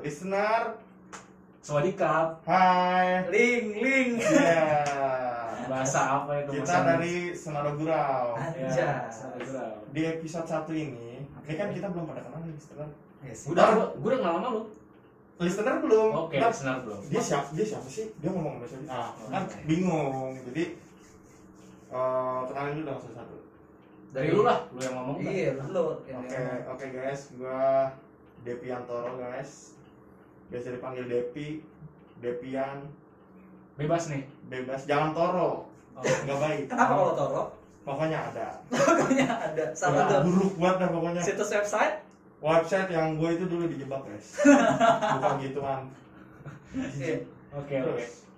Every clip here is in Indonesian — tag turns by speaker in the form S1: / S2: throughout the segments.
S1: listener.
S2: Sawadikap,
S1: Hai.
S3: Ling, ling.
S1: Ya.
S2: bahasa apa itu
S1: Kita
S2: Mas Andi?
S1: dari Senado Gurau.
S2: ya,
S3: Anjas.
S2: satu gram.
S1: Di episode 1 ini, ini kan kita belum pada kenal nih listener.
S3: Ya sih.
S2: Udah, gua- gua udah kenal sama lu.
S1: Listener belum.
S2: Oke,
S1: Nah,
S2: senar belum.
S1: dia siapa dia siapa sih dia ngomong bahasa Inggris ah kan bingung jadi eh kenalin dulu dong satu Iya.
S2: Dari lu lah, lu yang ngomong. dah.
S3: Iya, lu.
S1: oke
S3: yang
S1: oke guys gua Depi Antoro guys biasa dipanggil Depi Depian
S2: Bebas nih.
S1: bebas jangan Toro
S2: Oh.
S1: nggak baik
S3: Kenapa kalau Toro?
S1: pokoknya ada
S3: Pokoknya ada sama
S1: Wah,
S3: tuh.
S2: Iya.
S1: buruk banget dah pokoknya
S3: Situs website?
S1: website yang gue itu dulu dijebak guys bukan gituan
S3: Iya.
S2: Oke, oke.
S1: terus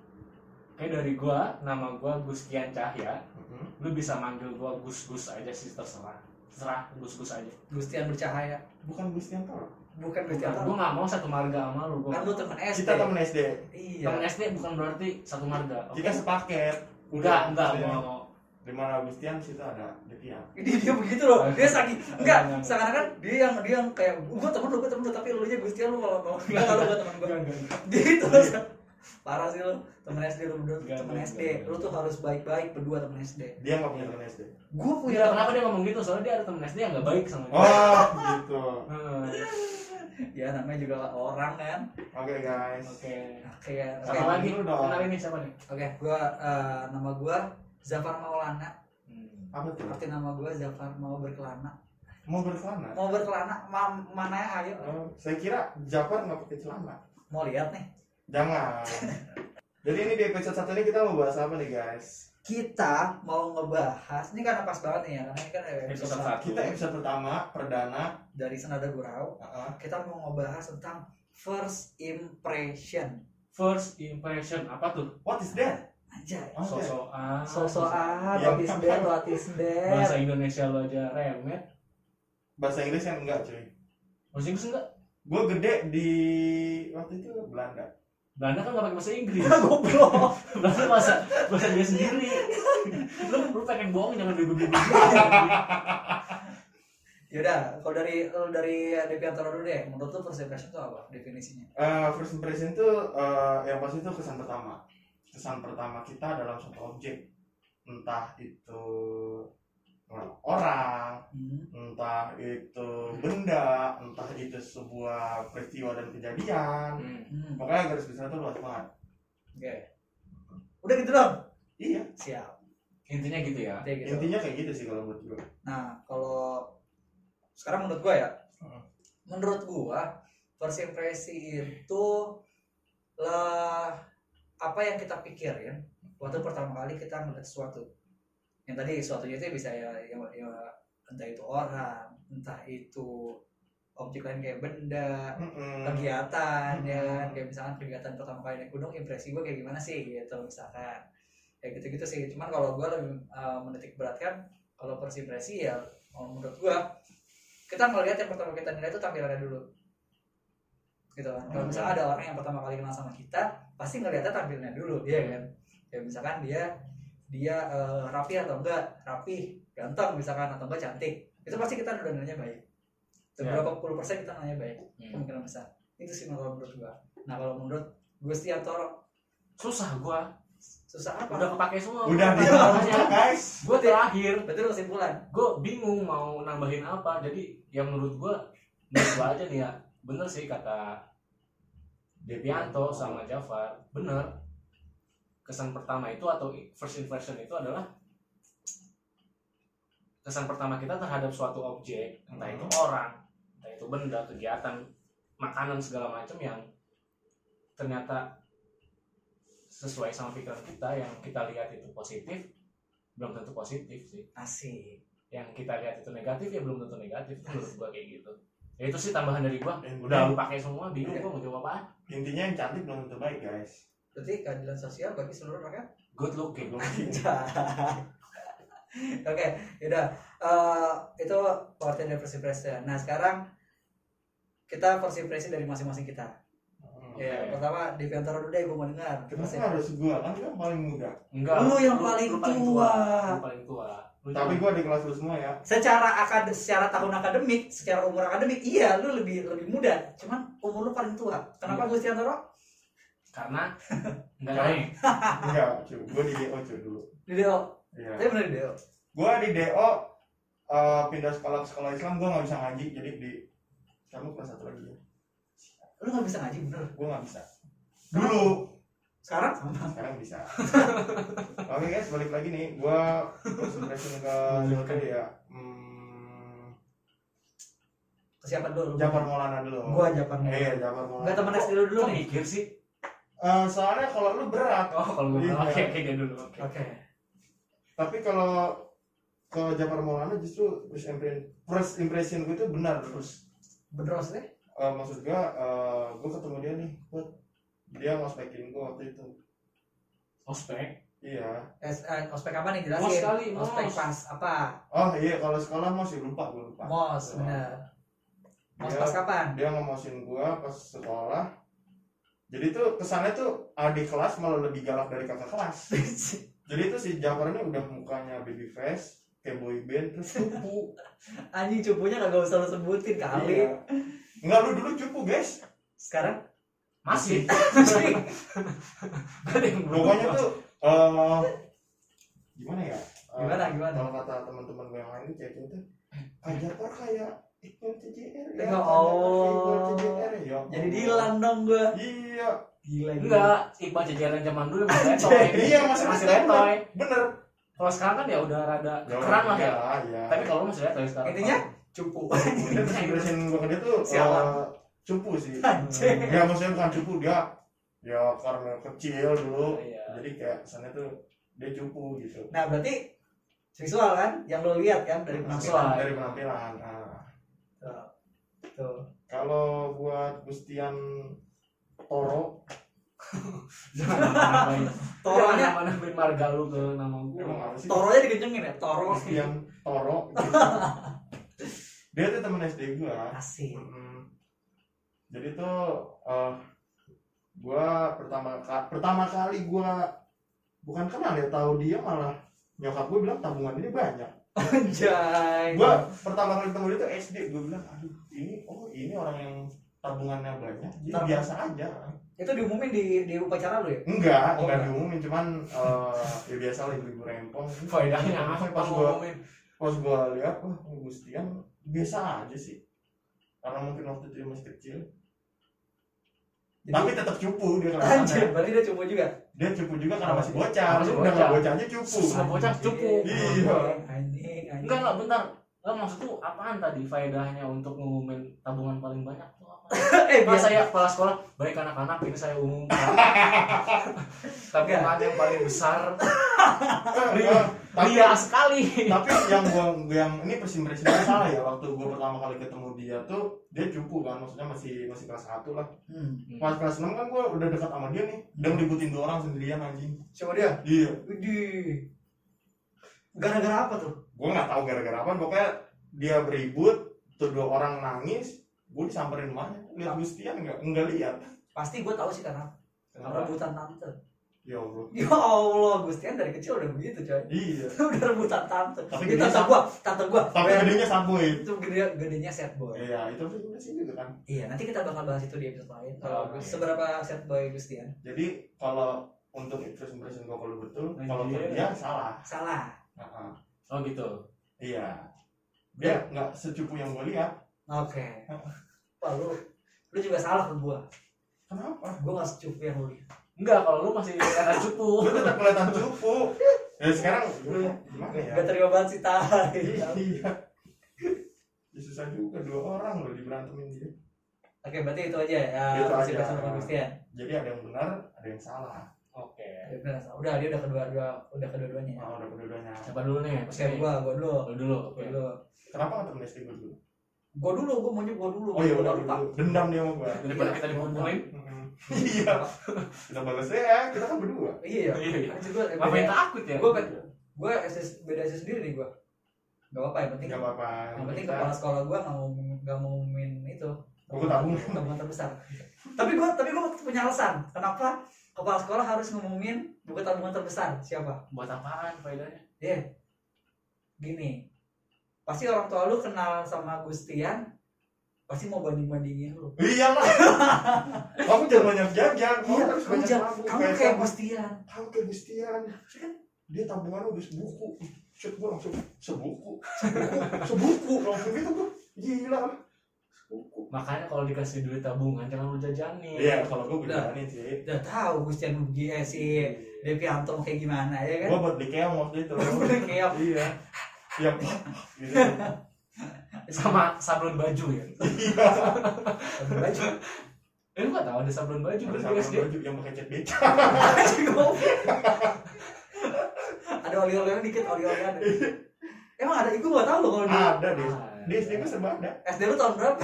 S2: Oke, dari gua, nama gua Gus Kian Cahya.
S1: Mhm.
S2: Lu bisa manggil gua Gus-Gus aja sih terserah. Terserah Gus-Gus aja.
S3: Gustian bercahaya.
S1: bukan Gustian Toro
S3: Bukan Gustian
S2: Bukan,
S3: Toro.
S2: gua nggak mau satu marga sama lu. Oh, Gua.
S3: Kan lu temen SD.
S1: kita temen SD
S3: Iya.
S2: Temen SD bukan berarti satu marga. Oke.
S1: kita sepaket
S2: Enggak, enggak,
S1: Maksudnya-
S2: gua nggak mau.
S1: di mana Agustian situ ada ya. Depian
S3: Jadi dia begitu loh. Dia sakit. Enggak,
S2: Enggak, enggak.
S3: seakan-akan dia yang dia yang kayak gua temen lu, gua temen lu tapi lu nya Gustian lu kalau mau. Enggak kalau gua temen gua.
S2: Enggak, enggak, enggak. Iya.
S3: Gitu loh. Parah sih lu. Temen SD lu berdua
S2: Enggak,
S3: temen
S2: enggak,
S3: SD.
S2: enggak.
S3: Lu tuh harus baik-baik berdua temen SD.
S1: dia nggak punya teman SD
S3: Gua
S2: Iya,
S3: punya
S2: kenapa dia ngomong gitu? Soalnya dia ada temen SD yang nggak baik sama dia.
S1: oh gitu
S2: Hmm,
S3: ya namanya juga orang kan.
S1: oke guys
S2: Oke.
S3: Oke, ya.
S2: Satu
S3: oke.
S1: Sama-
S2: lagi,
S1: dulu dong.
S2: kenalin nih siapa nih?
S3: Oke, gua eh, nama gua Zafar Maulana.
S2: Hmm.
S1: apa tuh
S3: Arti nama gua Zafar mau berkelana.
S1: mau berkelana
S3: Mau berkelana, ma mana ya ayo.
S1: Oh, saya kira Jafar nggak pakai celana
S3: Mau lihat nih.
S1: jangan jadi ini di episode satu ini kita mau bahas apa nih guys
S3: Kita mau ngebahas ini karena pas banget nih ya, karena ini kan episode
S2: Episode satu.
S1: kita ya? episode pertama perdana
S3: dari Senada Gurau.
S1: uh-uh.
S3: Kita mau ngebahas tentang first impression.
S2: First impression apa tuh?
S1: what is that
S3: Anjay.
S2: Oh.
S1: Oke.
S2: Sosokan.
S3: Oh, ya. Sosokan,
S1: Yang-
S3: what is that, what is that?
S2: Bahasa Indonesia lo aja remet.
S1: bahasa Inggris yang enggak cuy
S2: Bahasa Inggris enggak?
S1: gue gede di waktu itu Belanda
S2: Belanda kan nggak pakai bahasa Inggris.
S3: Goblok.
S2: Belanda bahasa bahasa dia sendiri. lu lu pengen bohong jangan bego-bego.
S3: Yaudah, kalau dari lu dari Deviantoro dulu deh, menurut lu first impression itu apa definisinya?
S1: Eh, first impression itu eh, yang pasti itu kesan pertama kesan pertama kita dalam satu objek entah itu eh, orang
S3: Hmm.
S1: entah itu benda, entah itu sebuah peristiwa dan kejadian.
S2: Hmm.
S3: Hmm.
S1: Pokoknya garis besar itu luas banget.
S3: Oke. Udah gitu dong.
S1: Iya,
S3: Siap.
S2: Intinya gitu ya.
S3: Kayak gitu.
S1: intinya kayak gitu sih kalau buat gue.
S3: Nah, kalau sekarang menurut gua ya.
S1: Hmm.
S3: Menurut gua first impression itu lah apa yang kita pikirin waktu pertama kali kita ngeliat sesuatu. Yang tadi sesuatunya itu bisa ya, ya, ya entah itu orang, entah itu objek lain kayak benda,
S1: Mm-mm.
S3: kegiatan
S1: Hmm.
S3: ya kan kayak misalkan kegiatan pertama kali naik gunung impresi gue kayak gimana sih gitu misalkan kayak gitu gitu sih cuman kalau gue lebih eh, menitik beratkan kalau first impresi ya kalau menurut gue kita ngelihat yang pertama kita nilai itu tampilannya dulu gitu kan kalau
S1: Oke.
S3: misalnya ada orang yang pertama kali kenal sama kita pasti ngelihatnya tampilannya dulu ya kan kayak misalkan dia dia eh, rapi atau enggak rapi ganteng misalkan atau enggak cantik itu pasti kita udah nilainya baik Itu
S1: Ya.
S3: berapa puluh persen kita nilainya baik
S2: Hmm.
S3: kemungkinan besar itu sih kalau menurut gua nah kalau menurut Gusti Antoro
S2: Susah gua.
S3: susah apa
S2: Udah kepake semua.
S1: Udah
S2: Gua
S1: di
S2: tanya.
S1: guys.
S2: Gua terakhir.
S3: berarti lu kesimpulan
S2: Gua bingung mau nambahin apa. Jadi yang menurut gua menurut gua aja nih ya. Bener sih kata Devianto sama Jafar. Bener. Kesan pertama itu atau first impression itu adalah kesan pertama kita terhadap suatu objek, entah itu orang, entah itu benda, kegiatan, makanan segala macam yang ternyata sesuai sama pikiran kita yang kita lihat itu positif belum tentu positif sih
S3: asik
S2: yang kita lihat itu negatif ya belum tentu negatif itu menurut gua kayak gitu ya itu sih tambahan dari gua
S1: Intinya-
S2: udah lu pakai semua bingung
S3: Oke.
S2: gua mau jawab apaan
S1: Intinya yang cantik belum tentu baik guys.
S3: berarti keadilan sosial bagi seluruh rakyat
S2: good looking
S1: Belum
S3: oke yaudah Eh, itu pengertian dari first impression nah sekarang kita first impression dari masing-masing kita
S1: Hmm.
S3: ya
S2: Iya.
S3: pertama di Ventura dulu deh gue mau dengar
S1: Kenapa
S3: First
S1: harus gua? Kan gua paling muda.
S2: Enggak.
S3: Lu yang paling tua.
S2: Lu paling tua. Lu
S1: Tapi gua di kelas lu semua ya.
S3: secara akad secara tahun akademik secara umur akademik iya lu lebih lebih muda cuman umur lu paling tua kenapa
S2: Iya.
S3: Gusti Antoro
S2: karena enggak
S1: Karena-
S2: naik.
S3: Ah.
S1: Enggak, cuy. Gua di DO cuy dulu.
S3: di Deo
S1: Iya.
S3: tapi bener di Deo
S1: Gua di DO eh, pindah sekolah ke sekolah Islam gua nggak bisa ngaji jadi di kamu kelas satu lagi ya.
S3: lu nggak bisa ngaji bener
S1: Gua nggak bisa. Dulu
S3: sekarang sama
S1: sekarang bisa oke guys balik lagi nih gua presentation ke Zulke ya hmm,
S3: ke siapa dulu
S1: Japar Maulana dulu
S3: gua Japan
S1: eh iya, Japar Maulana
S3: nggak teman SD dulu dulu
S2: Lu
S3: nih
S2: mikir sih.
S1: Eh, soalnya kalau lu berat
S2: Oh, kalau gue
S1: Iya.
S2: bilang oke oke dia dulu. Oke.
S3: oke
S1: tapi kalau ke Japar Maulana justru first impression first impression gue itu benar terus
S3: bener maksudnya
S1: Eh, maksud gua eh, gua ketemu dia nih gua, dia ngospekin gua waktu itu
S2: Ospek.
S1: iya
S3: S- eh, ospek apa nih
S2: Mos
S3: jelasin
S2: kali, mos.
S3: ospek pas apa
S1: oh iya kalau sekolah masih lupa gua lupa Iya.
S3: mos bener mos
S1: Dia-
S3: pas kapan
S1: dia ngemosin gua pas sekolah jadi tuh kesannya tuh adik kelas malah lebih galak dari kakak kelas jadi tuh si Jafar ini udah mukanya baby face kayak boy band terus cupu
S3: anjing cupunya kagak usah lu sebutin kali
S1: Iya. nggak lu dulu cupu guys
S3: sekarang
S2: Masih. Ada yang belum.
S1: pokoknya tuh eh gimana ya Eh,
S3: Gimana, gimana?
S1: kalau kata teman-teman gue yang lain tuh kayak gitu Kak Jafar kayak ikut CJR ya
S3: Tengok,
S1: Kak Jafar kayak
S3: oh.
S1: ikut CJR ya
S3: jadi
S1: Allah.
S3: dilan dong gua
S1: iya
S3: gila
S2: Enggak, Iqbal jajaran zaman dulu masih letoy.
S1: Anjay. Iya, masih
S2: masih
S1: letoy.
S2: letoy.
S1: bener
S2: Kalau sekarang kan ya udah rada kerang lah ya.
S1: ya
S2: Tapi kalau lu masih letoy sekarang.
S3: intinya cupu
S1: Mungkin first impression gue ke dia tuh
S3: Sialan.
S1: eh, cupu sih
S3: Anjing.
S1: ya maksudnya bukan cupu dia ya karena kecil dulu
S2: Iya.
S1: jadi kayak kesannya tuh dia cupu gitu
S3: nah berarti visual kan yang lo lihat kan
S1: Iya.
S3: dari
S2: Visual.
S3: penampilan
S1: dari penampilan nah,
S3: tuh, tuh.
S1: kalau buat Gustian Toro
S2: Jangan
S3: toronya
S2: nambahin marga lu ke nama gue.
S1: emang apa sih
S3: toronya dikencengin ya toro
S1: Gustian Toro gitu. dia tuh temen SD gua
S3: asik
S1: Mm-mm. jadi tuh eh gua pertama ka- pertama kali gua bukan kenal ya tahu dia malah nyokap gue bilang tabungan ini banyak
S3: anjay
S1: gue pertama kali ketemu dia tuh SD gue bilang aduh ini oh ini orang yang tabungannya banyak jadi
S3: Tabung.
S1: biasa aja
S3: itu diumumin di di upacara lu ya
S1: enggak
S3: Oh,
S1: enggak
S3: enggak.
S1: diumumin cuman eh, ya biasa lah ibu-ibu rempong
S2: Faedahnya apa
S1: pas gue
S2: ngomongin?
S1: pas gue lihat wah ini Gustian biasa aja sih karena mungkin waktu itu dia masih kecil
S3: Jadi-
S1: tapi tetap cupu dia
S3: anjay
S1: kelihatannya
S3: berarti dia cupu juga
S1: dia cupu juga karena masih bocah lu
S2: Masih
S1: udah
S2: bocah.
S1: nggak bocah aja cupu
S2: Semua bocah cupu.
S1: Iya.
S3: anjing anjing
S2: Enggak enggak bentar. Lah maksudku apaan tadi faedahnya untuk ngumumin tabungan paling banyak tuh apa?
S3: eh
S2: Pas
S3: biasa
S2: saya kepala sekolah, baik anak-anak ini saya umumkan. tabungan yang paling besar.
S1: Eh, tapi
S2: Ria sekali.
S1: tapi yang gua yang ini persim persim salah ya waktu gua pertama kali ketemu dia tuh dia cupu kan maksudnya masih masih kelas 1 lah
S3: hmm.
S1: pas kelas 6 kan gua udah dekat sama dia nih udah ngeributin dua orang sendirian anjing
S3: coba dia
S1: iya
S3: Widih. gara-gara apa tuh
S1: gua nggak tahu gara-gara apa pokoknya dia beribut tuh dua orang nangis gua disamperin mana lihat Gustian nggak nggak lihat
S3: pasti gue tahu sih karena
S2: Apa?
S3: rebutan tante
S1: ya Allah
S3: ya allah Gustian dari kecil udah begitu coy
S1: iya
S3: udah rebutan tante
S1: Tapi
S3: ini
S1: dia
S3: tante
S1: sama.
S3: gua tante gua
S1: tapi
S3: Bayar-
S1: gedenya sampoi
S3: itu gede gedenya set boy
S1: iya itu sih udah sih gitu kan
S3: iya nanti kita bakal bahas itu di episode lain kalau
S2: Oh, iya.
S3: seberapa set boy Gustian
S1: jadi kalau untuk impression impression gua kalau betul kalau ke
S2: Anjir.
S1: dia salah
S3: salah
S1: Heeh.
S2: Oh gitu.
S1: Iya. Dia nggak secupu yang gue lihat.
S3: oke wah lu lu juga salah ke gua
S1: Kenapa?
S3: gua gak secupu yang lu lihat
S2: Enggak, kalau lu masih anak cupu.
S1: Gue tetap kelihatan cupu. Ya sekarang gua- gimana ya?
S3: gak terima banget sih tai
S1: Iya. Ya, susah juga dua orang loh diberantemin dia.
S3: oke berarti itu aja ya
S1: Itu
S3: masih
S1: aja.
S3: bahas sama Gustian
S1: Jadi ada yang benar, ada yang salah.
S2: Oke.
S3: Ya, bener, salah. udah dia udah kedua dua udah kedua-duanya ya.
S1: Nah, udah kedua-duanya.
S2: Coba dulu nih,
S3: oke
S2: pasti
S3: gua gua dulu
S2: Lu dulu.
S3: gua
S2: Oke.
S3: dulu
S1: Kenapa nggak temen SD gue dulu?
S3: gua dulu gua maunya gua dulu
S1: Oh iya
S3: Gua
S1: udah
S3: lupa
S1: dulu. Dendam dia sama gue.
S2: Daripada
S3: Iya.
S2: kita dikumpulin.
S1: Iya. Kita balas ya, kita kan berdua.
S3: iya
S2: Iya, iya.
S3: iya anjir gua
S2: Ngapain takut ya?
S3: Gua- gue SS, beda SS sendiri nih gue gak apa-apa yang penting
S1: Gak apa-apa.
S3: yang penting
S1: Kita-
S3: kepala sekolah gue gak mau gak mau ngumumin itu
S1: Buku tabung.
S3: teman terbesar tapi gue tapi gue punya alasan kenapa kepala sekolah harus ngomongin buku tabungan terbesar siapa
S2: buat apaan faedahnya
S3: dia gini pasti orang tua lu kenal sama Gustian pasti mau banding bandingin lu
S1: Iya lah. Kamu jangan banyak jajan. Kamu
S3: Iya,
S1: harus
S3: kamu
S1: banyak
S3: jangan-
S1: nabung.
S3: kamu kayak Gustian
S1: Kamu kayak Gustian. Dia tabungan udah sebuku. Shit, gue langsung sebuku. Sebuku. Sebuku. Langsung gitu gue. Gila. Sebuku.
S2: makanya kalau dikasih duit tabungan jangan lu jajanin
S1: Iya, kalau gue
S3: Nah.
S1: berani sih.
S3: udah tahu Gustian rugi eh, si Devianto mau kayak gimana ya kan
S1: Gue buat beli keong waktu itu.
S3: Beli keong.
S1: Iya. Iya. Gitu.
S2: sama sablon baju ya
S1: Iya.
S3: baju
S2: eh, lu gak tau ada sablon baju
S1: Ada
S2: kan di
S1: sama
S2: SD
S1: baju yang pakai cat beca.
S3: baju goblok. ada oli olian dikit oli olian emang ada itu gua tahu loh kalau di
S1: Ada deh.
S2: Ah,
S1: Di
S3: Iya.
S1: SD gue kan serba ada.
S3: SD lu tahun berapa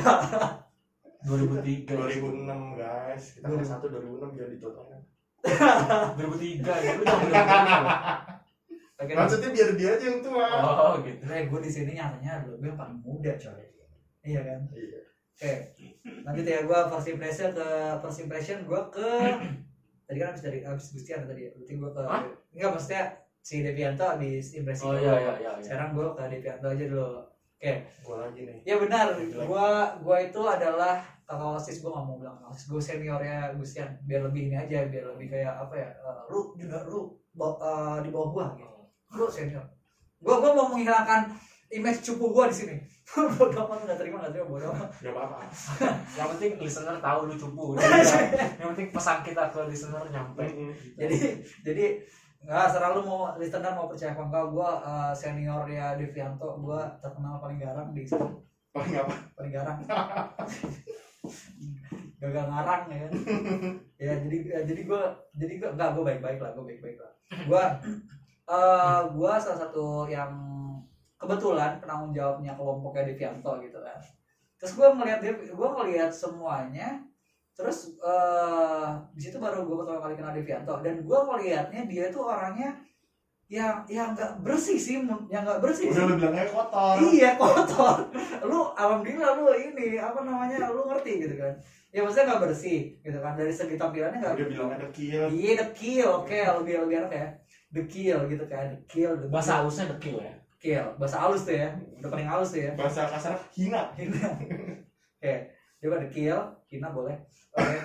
S2: 2003
S1: 2006 guys. Kita kan kelas 1 2006 jadi totalnya.
S2: 2003 ya lu jangan bilang gitu.
S3: Kira
S1: Maksudnya biar dia aja yang tua.
S2: oh gitu
S3: gue di sini nyatanya adalah gue yang paling muda coy. Iya kan?
S1: Iya.
S3: Oke. Lanjut ya gue first impression ke first impression gue ke tadi kan habis dari habis Gustian tadi ya. Berarti gue ke
S2: Hah?
S3: enggak maksudnya si Devianto habis impresi.
S2: oh
S3: gua.
S2: iya iya iya iya.
S3: Sekarang gue ke Devianto aja dulu.
S1: Gue lagi nih.
S3: Ya benar,
S2: Iya.
S3: gue gue itu adalah kakak osis gue gak mau bilang kakak osis gue seniornya Gustian biar lebih ini aja biar lebih kayak apa ya eh, lu juga lu ba- eh, di bawah gue lu senior gua gua mau menghilangkan image cupu gua di sini bodoh amat nggak terima nggak terima bodoh amat
S1: Gak apa-apa.
S2: yang penting listener tahu lu cupu yang penting pesan kita ke listener nyampe
S1: Mm-mm.
S3: jadi jadi nggak selalu mau listener mau percaya apa enggak gua eh, senior ya Devianto gua terkenal paling garang di sini
S1: Paling apa?
S3: paling garang gagal ngarang ya kan ya jadi ya, jadi gue jadi gue enggak gue baik baik lah gue baik baik lah gue eh gue salah satu yang kebetulan penanggung jawabnya kelompoknya Devianto gitu kan terus gue ngelihat dia gue ngelihat semuanya terus eh di situ baru gue pertama kali kenal Devianto dan gue ngelihatnya dia itu orangnya yang yang nggak bersih sih men- yang nggak bersih
S1: Udah
S3: sih
S1: lu bilangnya kotor.
S3: iya kotor lu alhamdulillah lu ini apa namanya lu ngerti gitu kan ya maksudnya nggak bersih gitu kan dari segi tampilannya nggak
S1: Udah bilangnya dekil.
S3: iya dekil oke lebih lebih enak ya dekil gitu kan dekil dekil.
S2: bahasa halusnya dekil ya
S3: dekil bahasa halus tuh ya udah paling halus tuh ya
S1: Bahasa kasar hina.
S3: hina oke dia pada kill hina boleh oke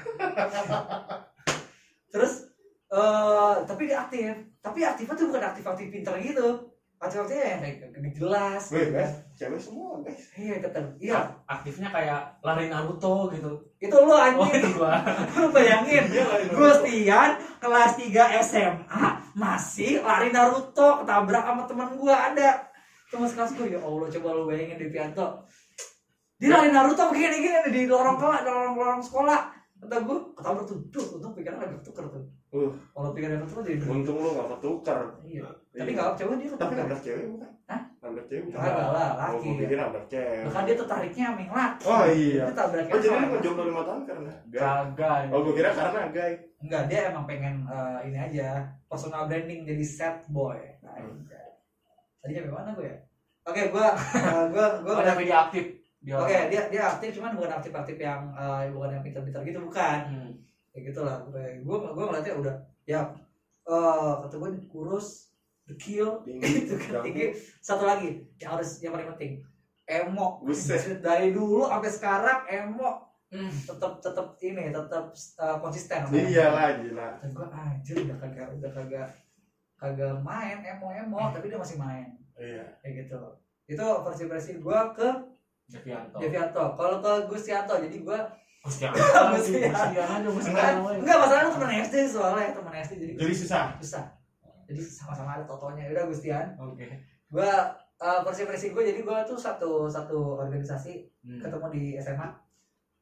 S3: terus eh tapi dia aktif tapi aktifnya tuh bukan aktif aktif pinter gitu aktif aktifnya yang kayak gede jelas
S1: Weh
S3: gitu kan.
S1: guys, cewek semua guys.
S3: iya keter iya
S2: aktifnya kayak lari Naruto gitu
S3: itu lu
S2: oh
S3: anjing
S2: gua
S3: Lu bayangin
S1: Iya lari Naruto.
S3: Gustian kelas 3 SMA masih lari Naruto ketabrak sama teman gua ada teman sekelas gua ya Allah coba lu bayangin di Pianto dia lari Naruto begini gini ada di lorong kelas di lorong lorong sekolah kata gua ketabrak tuh duh untung pikiran agak ketuker tuh
S1: Uh.
S3: kalau pikiran ketuker jadi
S1: Untung lu gak ketukar.
S3: iya tapi nggak coba dia
S1: Tapi
S3: ketabrak
S1: nabrak cewek bukan?
S3: Hah?
S1: Nabrak cewek bukan?
S3: Kagak lah,
S1: Oh,
S3: laki.
S1: gua pikir nabrak cewek.
S3: bahkan dia tertariknya sama yang laki
S1: Oh iya.
S3: dia tabraknya
S1: Oh jadi
S3: sama
S1: lu
S3: yang laki.
S1: ngejomblo 5 tahun karena? Gay.
S2: kagak
S1: Oh gua kira karena gay.
S3: Enggak, dia emang pengen eh, ini aja personal branding jadi set boy. Nah,
S1: Hmm.
S3: iya. Tadi sampai mana gue ya? Oke, eh, gue gue gue
S2: gua ada media aktif dia
S3: Oke, dia dia aktif cuman bukan aktif-aktif yang eh, bukan yang pintar-pintar gitu bukan. Ya gitu
S2: Hmm.
S3: Kayak gitulah. Gue gue gue ngeliatnya udah ya eh kata gue kurus, dekil,
S1: Tinggi.
S3: gitu kan
S1: Rambut.
S3: tinggi. Satu lagi yang harus yang paling penting emo.
S1: Buset.
S3: Dari dulu sampai sekarang emo
S2: Hmm.
S3: tetap tetap ini tetap eh, konsisten.
S1: Iya lah gila.
S3: kata gue anjir udah kagak udah kagak kagak main emo emo tapi dia masih main
S1: Iya.
S3: kayak gitu itu versi versi gue ke
S2: Devianto
S3: Devianto kalau ke Gustianto jadi gue
S2: Gustian
S3: Gustian.
S2: Gustian aja Gustian woy.
S3: enggak masalahnya teman SD soalnya teman SD jadi
S1: Jadi susah.
S3: susah jadi sama-sama ada totonya udah Gustian
S2: oke
S3: gue eh versi versi gue jadi gue tuh satu satu organisasi
S2: Hmm.
S3: ketemu di SMA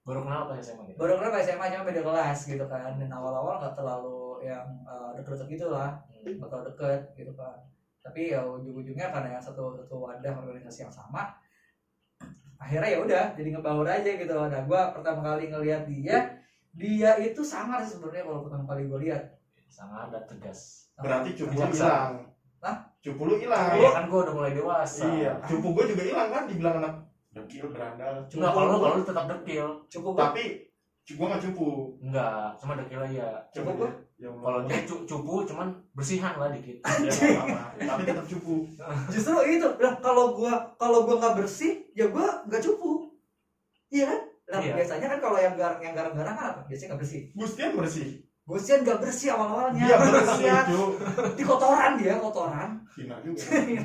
S2: baru kenal apa ya SMA gitu
S3: baru kenal SMA cuma beda kelas gitu kan dan awal-awal nggak terlalu yang eh, deket-deket gitu lah
S2: Hmm.
S3: bakal deket gitu kan tapi ya ujung-ujungnya karena yang satu satu wadah organisasi yang sama akhirnya ya udah jadi ngebaur aja gitu nah gue pertama kali ngelihat dia dia itu sangar sih sebenarnya kalau pertama kali gue lihat
S2: sangat ada tegas
S1: Berarti cupu lu
S2: Kejaksan.
S1: hilang.
S3: Hah?
S1: Cupu lu hilang.
S2: Iya kan gua udah mulai dewasa
S1: Iya. Cupu gua juga hilang kan dibilang anak dekil berandal
S2: Enggak, kalau lu- kalau lu tetap dekil.
S3: cukup gua
S1: tapi gue nggak cupu
S2: Enggak, cuma dekil aja.
S1: Coba
S3: Cupu?
S1: ya Allah.
S2: Kalau dia cu- cupu cuman bersihan lah dikit.
S1: ya nggak apa-apa tapi tetap cupu
S3: justru itu lah kalau gua kalau gua nggak bersih ya gua nggak cupu iya kan Lah,
S2: Iya.
S3: biasanya kan kalau yang gar yang garang-garang kan apa biasanya nggak bersih
S1: Gustian bersih
S3: Gusian nggak Iya, bersih awal-awalnya
S1: dia Iya, bersih cu
S3: di kotoran dia kotoran
S1: hina juga
S3: Gue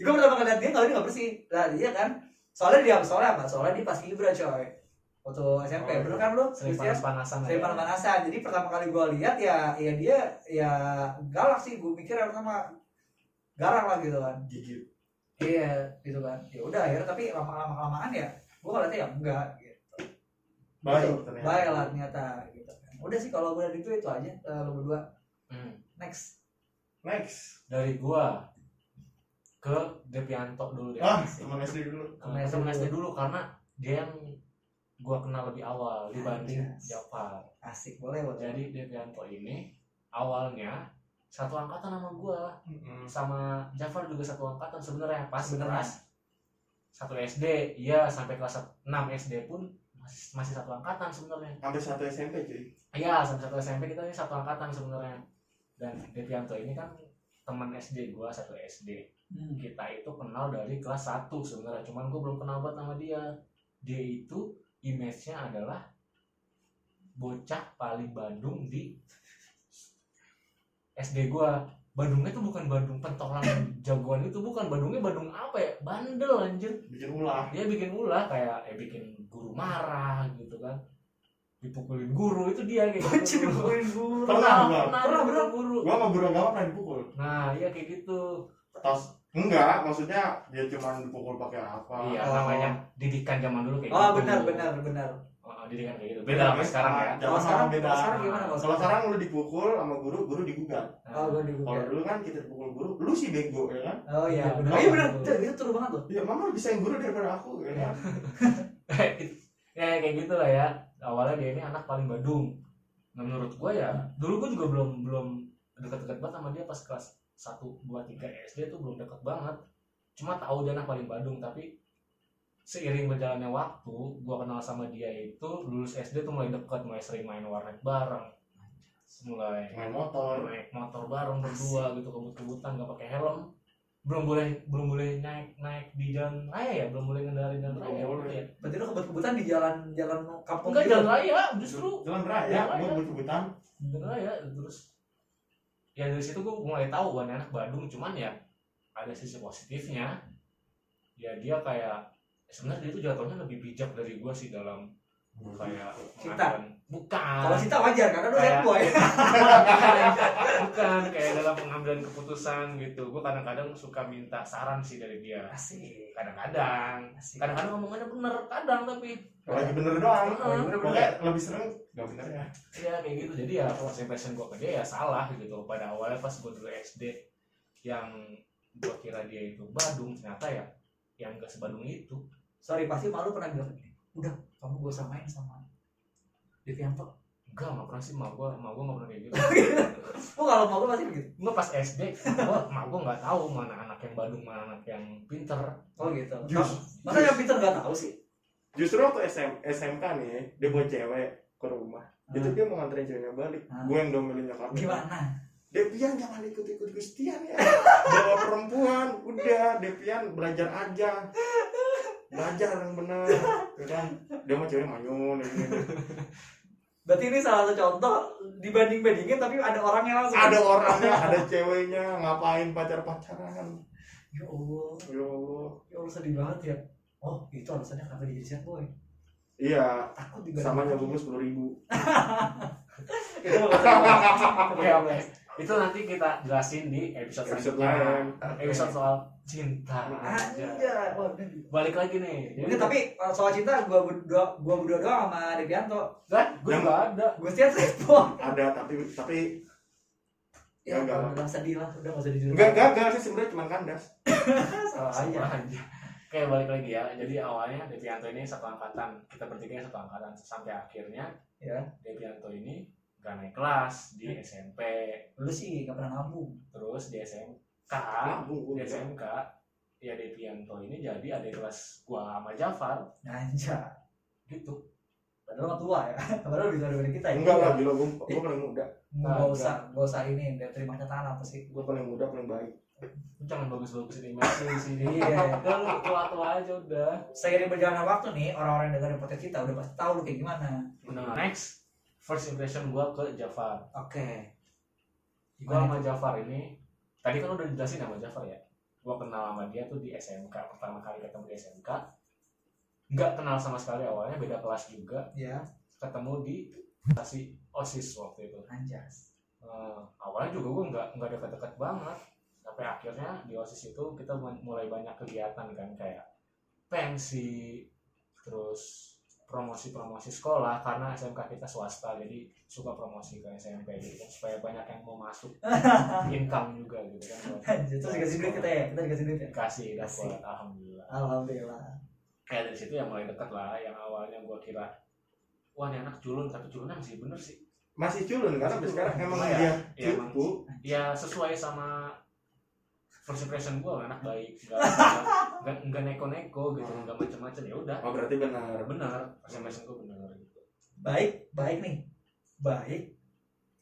S3: Iya. pertama kali liat dia kalau dia nggak bersih lah dia kan soalnya dia soalnya apa soalnya dia pas kibra coy waktu SMP
S1: Oh, iya.
S3: bener kan lu
S2: Sering
S3: Gusian?
S2: panas-panasan.
S3: Sering
S2: aja.
S3: panas-panasan jadi pertama kali gue lihat ya ya dia ya galak sih gue mikir yang pertama garang lah gitu kan
S1: gigit
S3: iya gitu kan ya udah akhirnya tapi lama-lama kelamaan ya gue ngeliatnya ya enggak gitu
S1: baik
S3: Gitu.
S1: ternyata
S3: baik lah ternyata gitu kan. udah sih kalau gue dari itu itu aja eh, lu berdua
S2: Hmm.
S3: next
S1: next
S2: Dari gua ke Depianto dulu deh.
S1: ah teman SD dulu
S2: Nah,
S3: Ke
S2: temen
S3: SD
S2: SD dulu karena dia yang gua kenal lebih awal dibanding
S3: Anjas.
S2: Jafar.
S3: asik boleh boleh
S2: Jadi Devianto ini awalnya satu angkatan sama gua,
S1: Mm-mm.
S2: sama Jafar juga satu angkatan sebenarnya pas
S3: Sebenarnya.
S2: kelas satu SD, iya sampai kelas 6 SD pun masih, masih satu angkatan sebenarnya.
S1: hampir satu SMP cuy
S2: Iya, sampai satu SMP kita ini satu angkatan sebenarnya. Dan Devianto ini kan teman SD gua satu SD
S3: Hmm.
S2: kita itu kenal dari kelas 1 sebenarnya cuman gue belum kenal banget sama dia dia itu image-nya adalah bocah paling Bandung di SD gua Bandungnya tuh bukan Bandung pentolan jagoan itu bukan Bandungnya Bandung apa ya bandel anjir
S1: bikin ulah
S2: dia bikin ulah kayak eh, bikin guru marah gitu kan dipukulin guru itu dia kayak
S3: Bocil
S2: gitu
S3: dipukulin guru.
S1: Pernah,
S2: pernah pernah,
S3: Pernah,
S2: pernah
S3: pernah.
S2: guru
S1: gua sama guru agama pernah dipukul
S2: nah iya kayak gitu
S1: tos enggak maksudnya dia cuma dipukul pakai apa
S2: Iya,
S3: Oh.
S2: namanya didikan zaman dulu kayak
S3: Oh
S2: gitu.
S3: benar benar benar.
S2: Oh, didikan kayak gitu.
S1: Iya,
S2: Beda sama sekarang ya.
S1: Zaman
S3: Kalau sekarang
S1: beda.
S3: kalau sekarang gimana Nah, kalau
S1: Kalau sekarang lu dipukul sama guru, guru digugat.
S3: Oh gue
S1: Kalau
S3: dibuka.
S1: dulu kan kita dipukul guru, lu sih bego ya kan?
S3: Oh iya benar.
S2: Benar.
S3: Iya benar. Itu itu turun banget loh.
S2: Iya.
S1: Ya mama lebih sayang guru daripada aku ya kan?
S2: ya kayak gitu lah ya. Awalnya dia ini anak paling Badung. Nah, menurut gue ya, dulu gue juga belum belum deket-deket banget sama dia pas kelas 1, 2, 3 SD tuh belum deket banget. Cuma tahu dia anak paling Badung, tapi seiring berjalannya waktu, gue kenal sama dia itu lulus SD tuh mulai deket, mulai sering main warnet bareng, mulai
S1: Main motor.
S2: naik
S3: Iya.
S2: motor bareng berdua gitu kebut-kebutan nggak pakai helm belum boleh belum boleh naik naik di jalan raya ya belum boleh ngendari jalan
S1: Belum
S2: raya
S1: boleh.
S2: gitu ya
S3: Berarti lu kebut-kebutan di jalan jalan kampung
S2: enggak
S3: gitu.
S2: jalan raya justru
S1: jalan
S2: Jalan
S1: raya,
S2: raya.
S1: gua kebut-kebutan.
S2: jalan raya terus ya dari situ gue mulai tahu gue anak Bandung cuman ya ada sisi positifnya ya dia kayak sebenarnya dia tuh jatuhnya lebih bijak dari gue sih dalam kayak
S3: Cinta.
S2: pengambilan- bukan
S3: Kalau cinta wajar karena lu ya. yang boy.
S2: bukan kayak dalam pengambilan keputusan gitu gue kadang-kadang suka minta saran sih dari dia
S3: Asik.
S2: kadang-kadang
S3: Asik.
S2: kadang-kadang ngomongannya bener kadang tapi
S1: Kalau lagi bener doang.
S2: Heeh.
S1: Pokoknya lebih sering enggak bener ya.
S2: ya kayak gitu jadi ya first impression gue ke dia ya salah gitu pada awalnya pas gue dulu SD yang gue kira dia itu Badung ternyata ya yang gak sebadung itu
S3: Sorry pasti malu pernah bilang gini. Udah kamu gue samain sama Devianto.
S2: enggak nggak pernah sih mau gue mau gue nggak pernah kayak gitu
S3: Gua kalau mau gue pasti begitu.
S2: gue pas SD gue mau gue nggak tahu mana anak yang Badung mana anak yang pinter
S3: Oh gitu.
S1: Jus-
S3: Masa yang Peter nggak tahu sih?
S1: Justru waktu SM, SMK nih, dia bawa cewek ke rumah. Itu
S3: Hmm.
S1: dia mau nganterin ceweknya balik.
S3: Hmm.
S1: Gue yang domelin nyokapnya.
S3: Gimana?
S1: Devian jangan ikut-ikut Gustian ya. Bawa perempuan, udah Devian belajar aja. Belajar yang benar. Ya kan? Dia mah cewek manyun ya gini.
S3: Berarti ini salah satu contoh dibanding-bandingin tapi ada orangnya langsung.
S1: Ada orangnya, ada ceweknya, ngapain pacar-pacaran.
S3: Ya Allah.
S1: Ya Allah.
S3: ya Allah sedih banget ya oh itu alasannya kenapa dia jadi sad boy
S1: Iya,
S3: takut juga
S1: sama nyambungnya sepuluh ribu.
S3: Itu nggak usah.
S2: oke oke itu nanti kita jelasin di episode,
S1: Episode
S2: selanjutnya.
S1: lain.
S2: Iya. episode soal cinta aja.
S3: Anjay. Wah, ini-
S2: Balik lagi nih.
S3: Ini tapi uh, soal cinta gua berdua gua berdua doang sama Devianto.
S2: lah, gue
S1: Yang-
S2: juga ada.
S3: Gustian sad boy.
S1: Ada tapi tapi
S3: Ya
S1: Enggak.
S3: enggak udah sedih lah, udah enggak usah dijujur.
S1: enggak enggak enggak sih sebenarnya cuma kandas.
S3: Salah aja.
S2: Sama aja. Oke, balik lagi ya. Jadi awalnya Devianto ini satu angkatan, kita bertiga satu angkatan sampai akhirnya
S3: Ya. Hmm.
S2: Devianto ini gak naik kelas di SMP,
S3: Lu sih enggak pernah nabung. Iya.
S2: terus di SMK,
S1: Ah,
S2: di
S1: gue
S2: SMK ya Devianto ini jadi adik kelas gua sama Jafar
S3: Anjay. Gitu. Padahal mah tua ya. Padahal lebih tua daripada kita ya.
S1: enggak lah gila gue gue paling muda
S3: Nggak
S2: Enggak.
S3: usah, nggak usah ini, nggak terima kenyataan apa sih?
S1: gue paling muda paling baik
S2: Lu jangan bagus-bagusin image lu di sini
S3: Iya.
S2: udah lu tua-tua aja udah
S3: Seiring berjalannya waktu nih, orang-orang yang dengerin podcast kita udah pasti tahu lu kayak gimana.
S2: Nah, next first impression gua ke Jafar.
S3: Oke.
S2: Gua
S3: Gimana?
S2: sama Jafar ini tadi kan udah dijelasin sama Jafar ya. Gua kenal sama dia tuh di SMK pertama kali ketemu di SMK. Nggak kenal sama sekali awalnya beda kelas juga
S3: Ya,
S2: ketemu di stasi osis waktu itu.
S3: anjas.
S2: Eh, awalnya juga gua nggak nggak dekat-dekat banget sampai akhirnya di osis itu kita mun- mulai banyak kegiatan kan kayak pensi terus promosi-promosi sekolah karena SMK kita swasta jadi suka promosi ke SMP gitu kan supaya banyak yang mau masuk income juga gitu kan buat
S3: Anjas. Terus dikasih duit kita ya, kita dikasih duit ya.
S2: dikasih dan
S3: Kasih.
S2: buat alhamdulillah
S3: Alhamdulillah.
S2: kayak dari situ ya mulai deket lah yang awalnya gua kira wah ini anak culun tapi culunan sih bener sih
S1: masih culun kan sampai sekarang emang
S2: Lumayan.
S1: dia
S2: Iya, emang.
S1: cukup
S2: ya sesuai sama first impression gue anak baik nggak nggak- nggak nggak neko-neko gitu
S1: Hmm.
S2: nggak macam-macam ya udah
S1: oh berarti benar
S2: benar first impression gue benar gitu
S3: Baik, baik nih. Baik.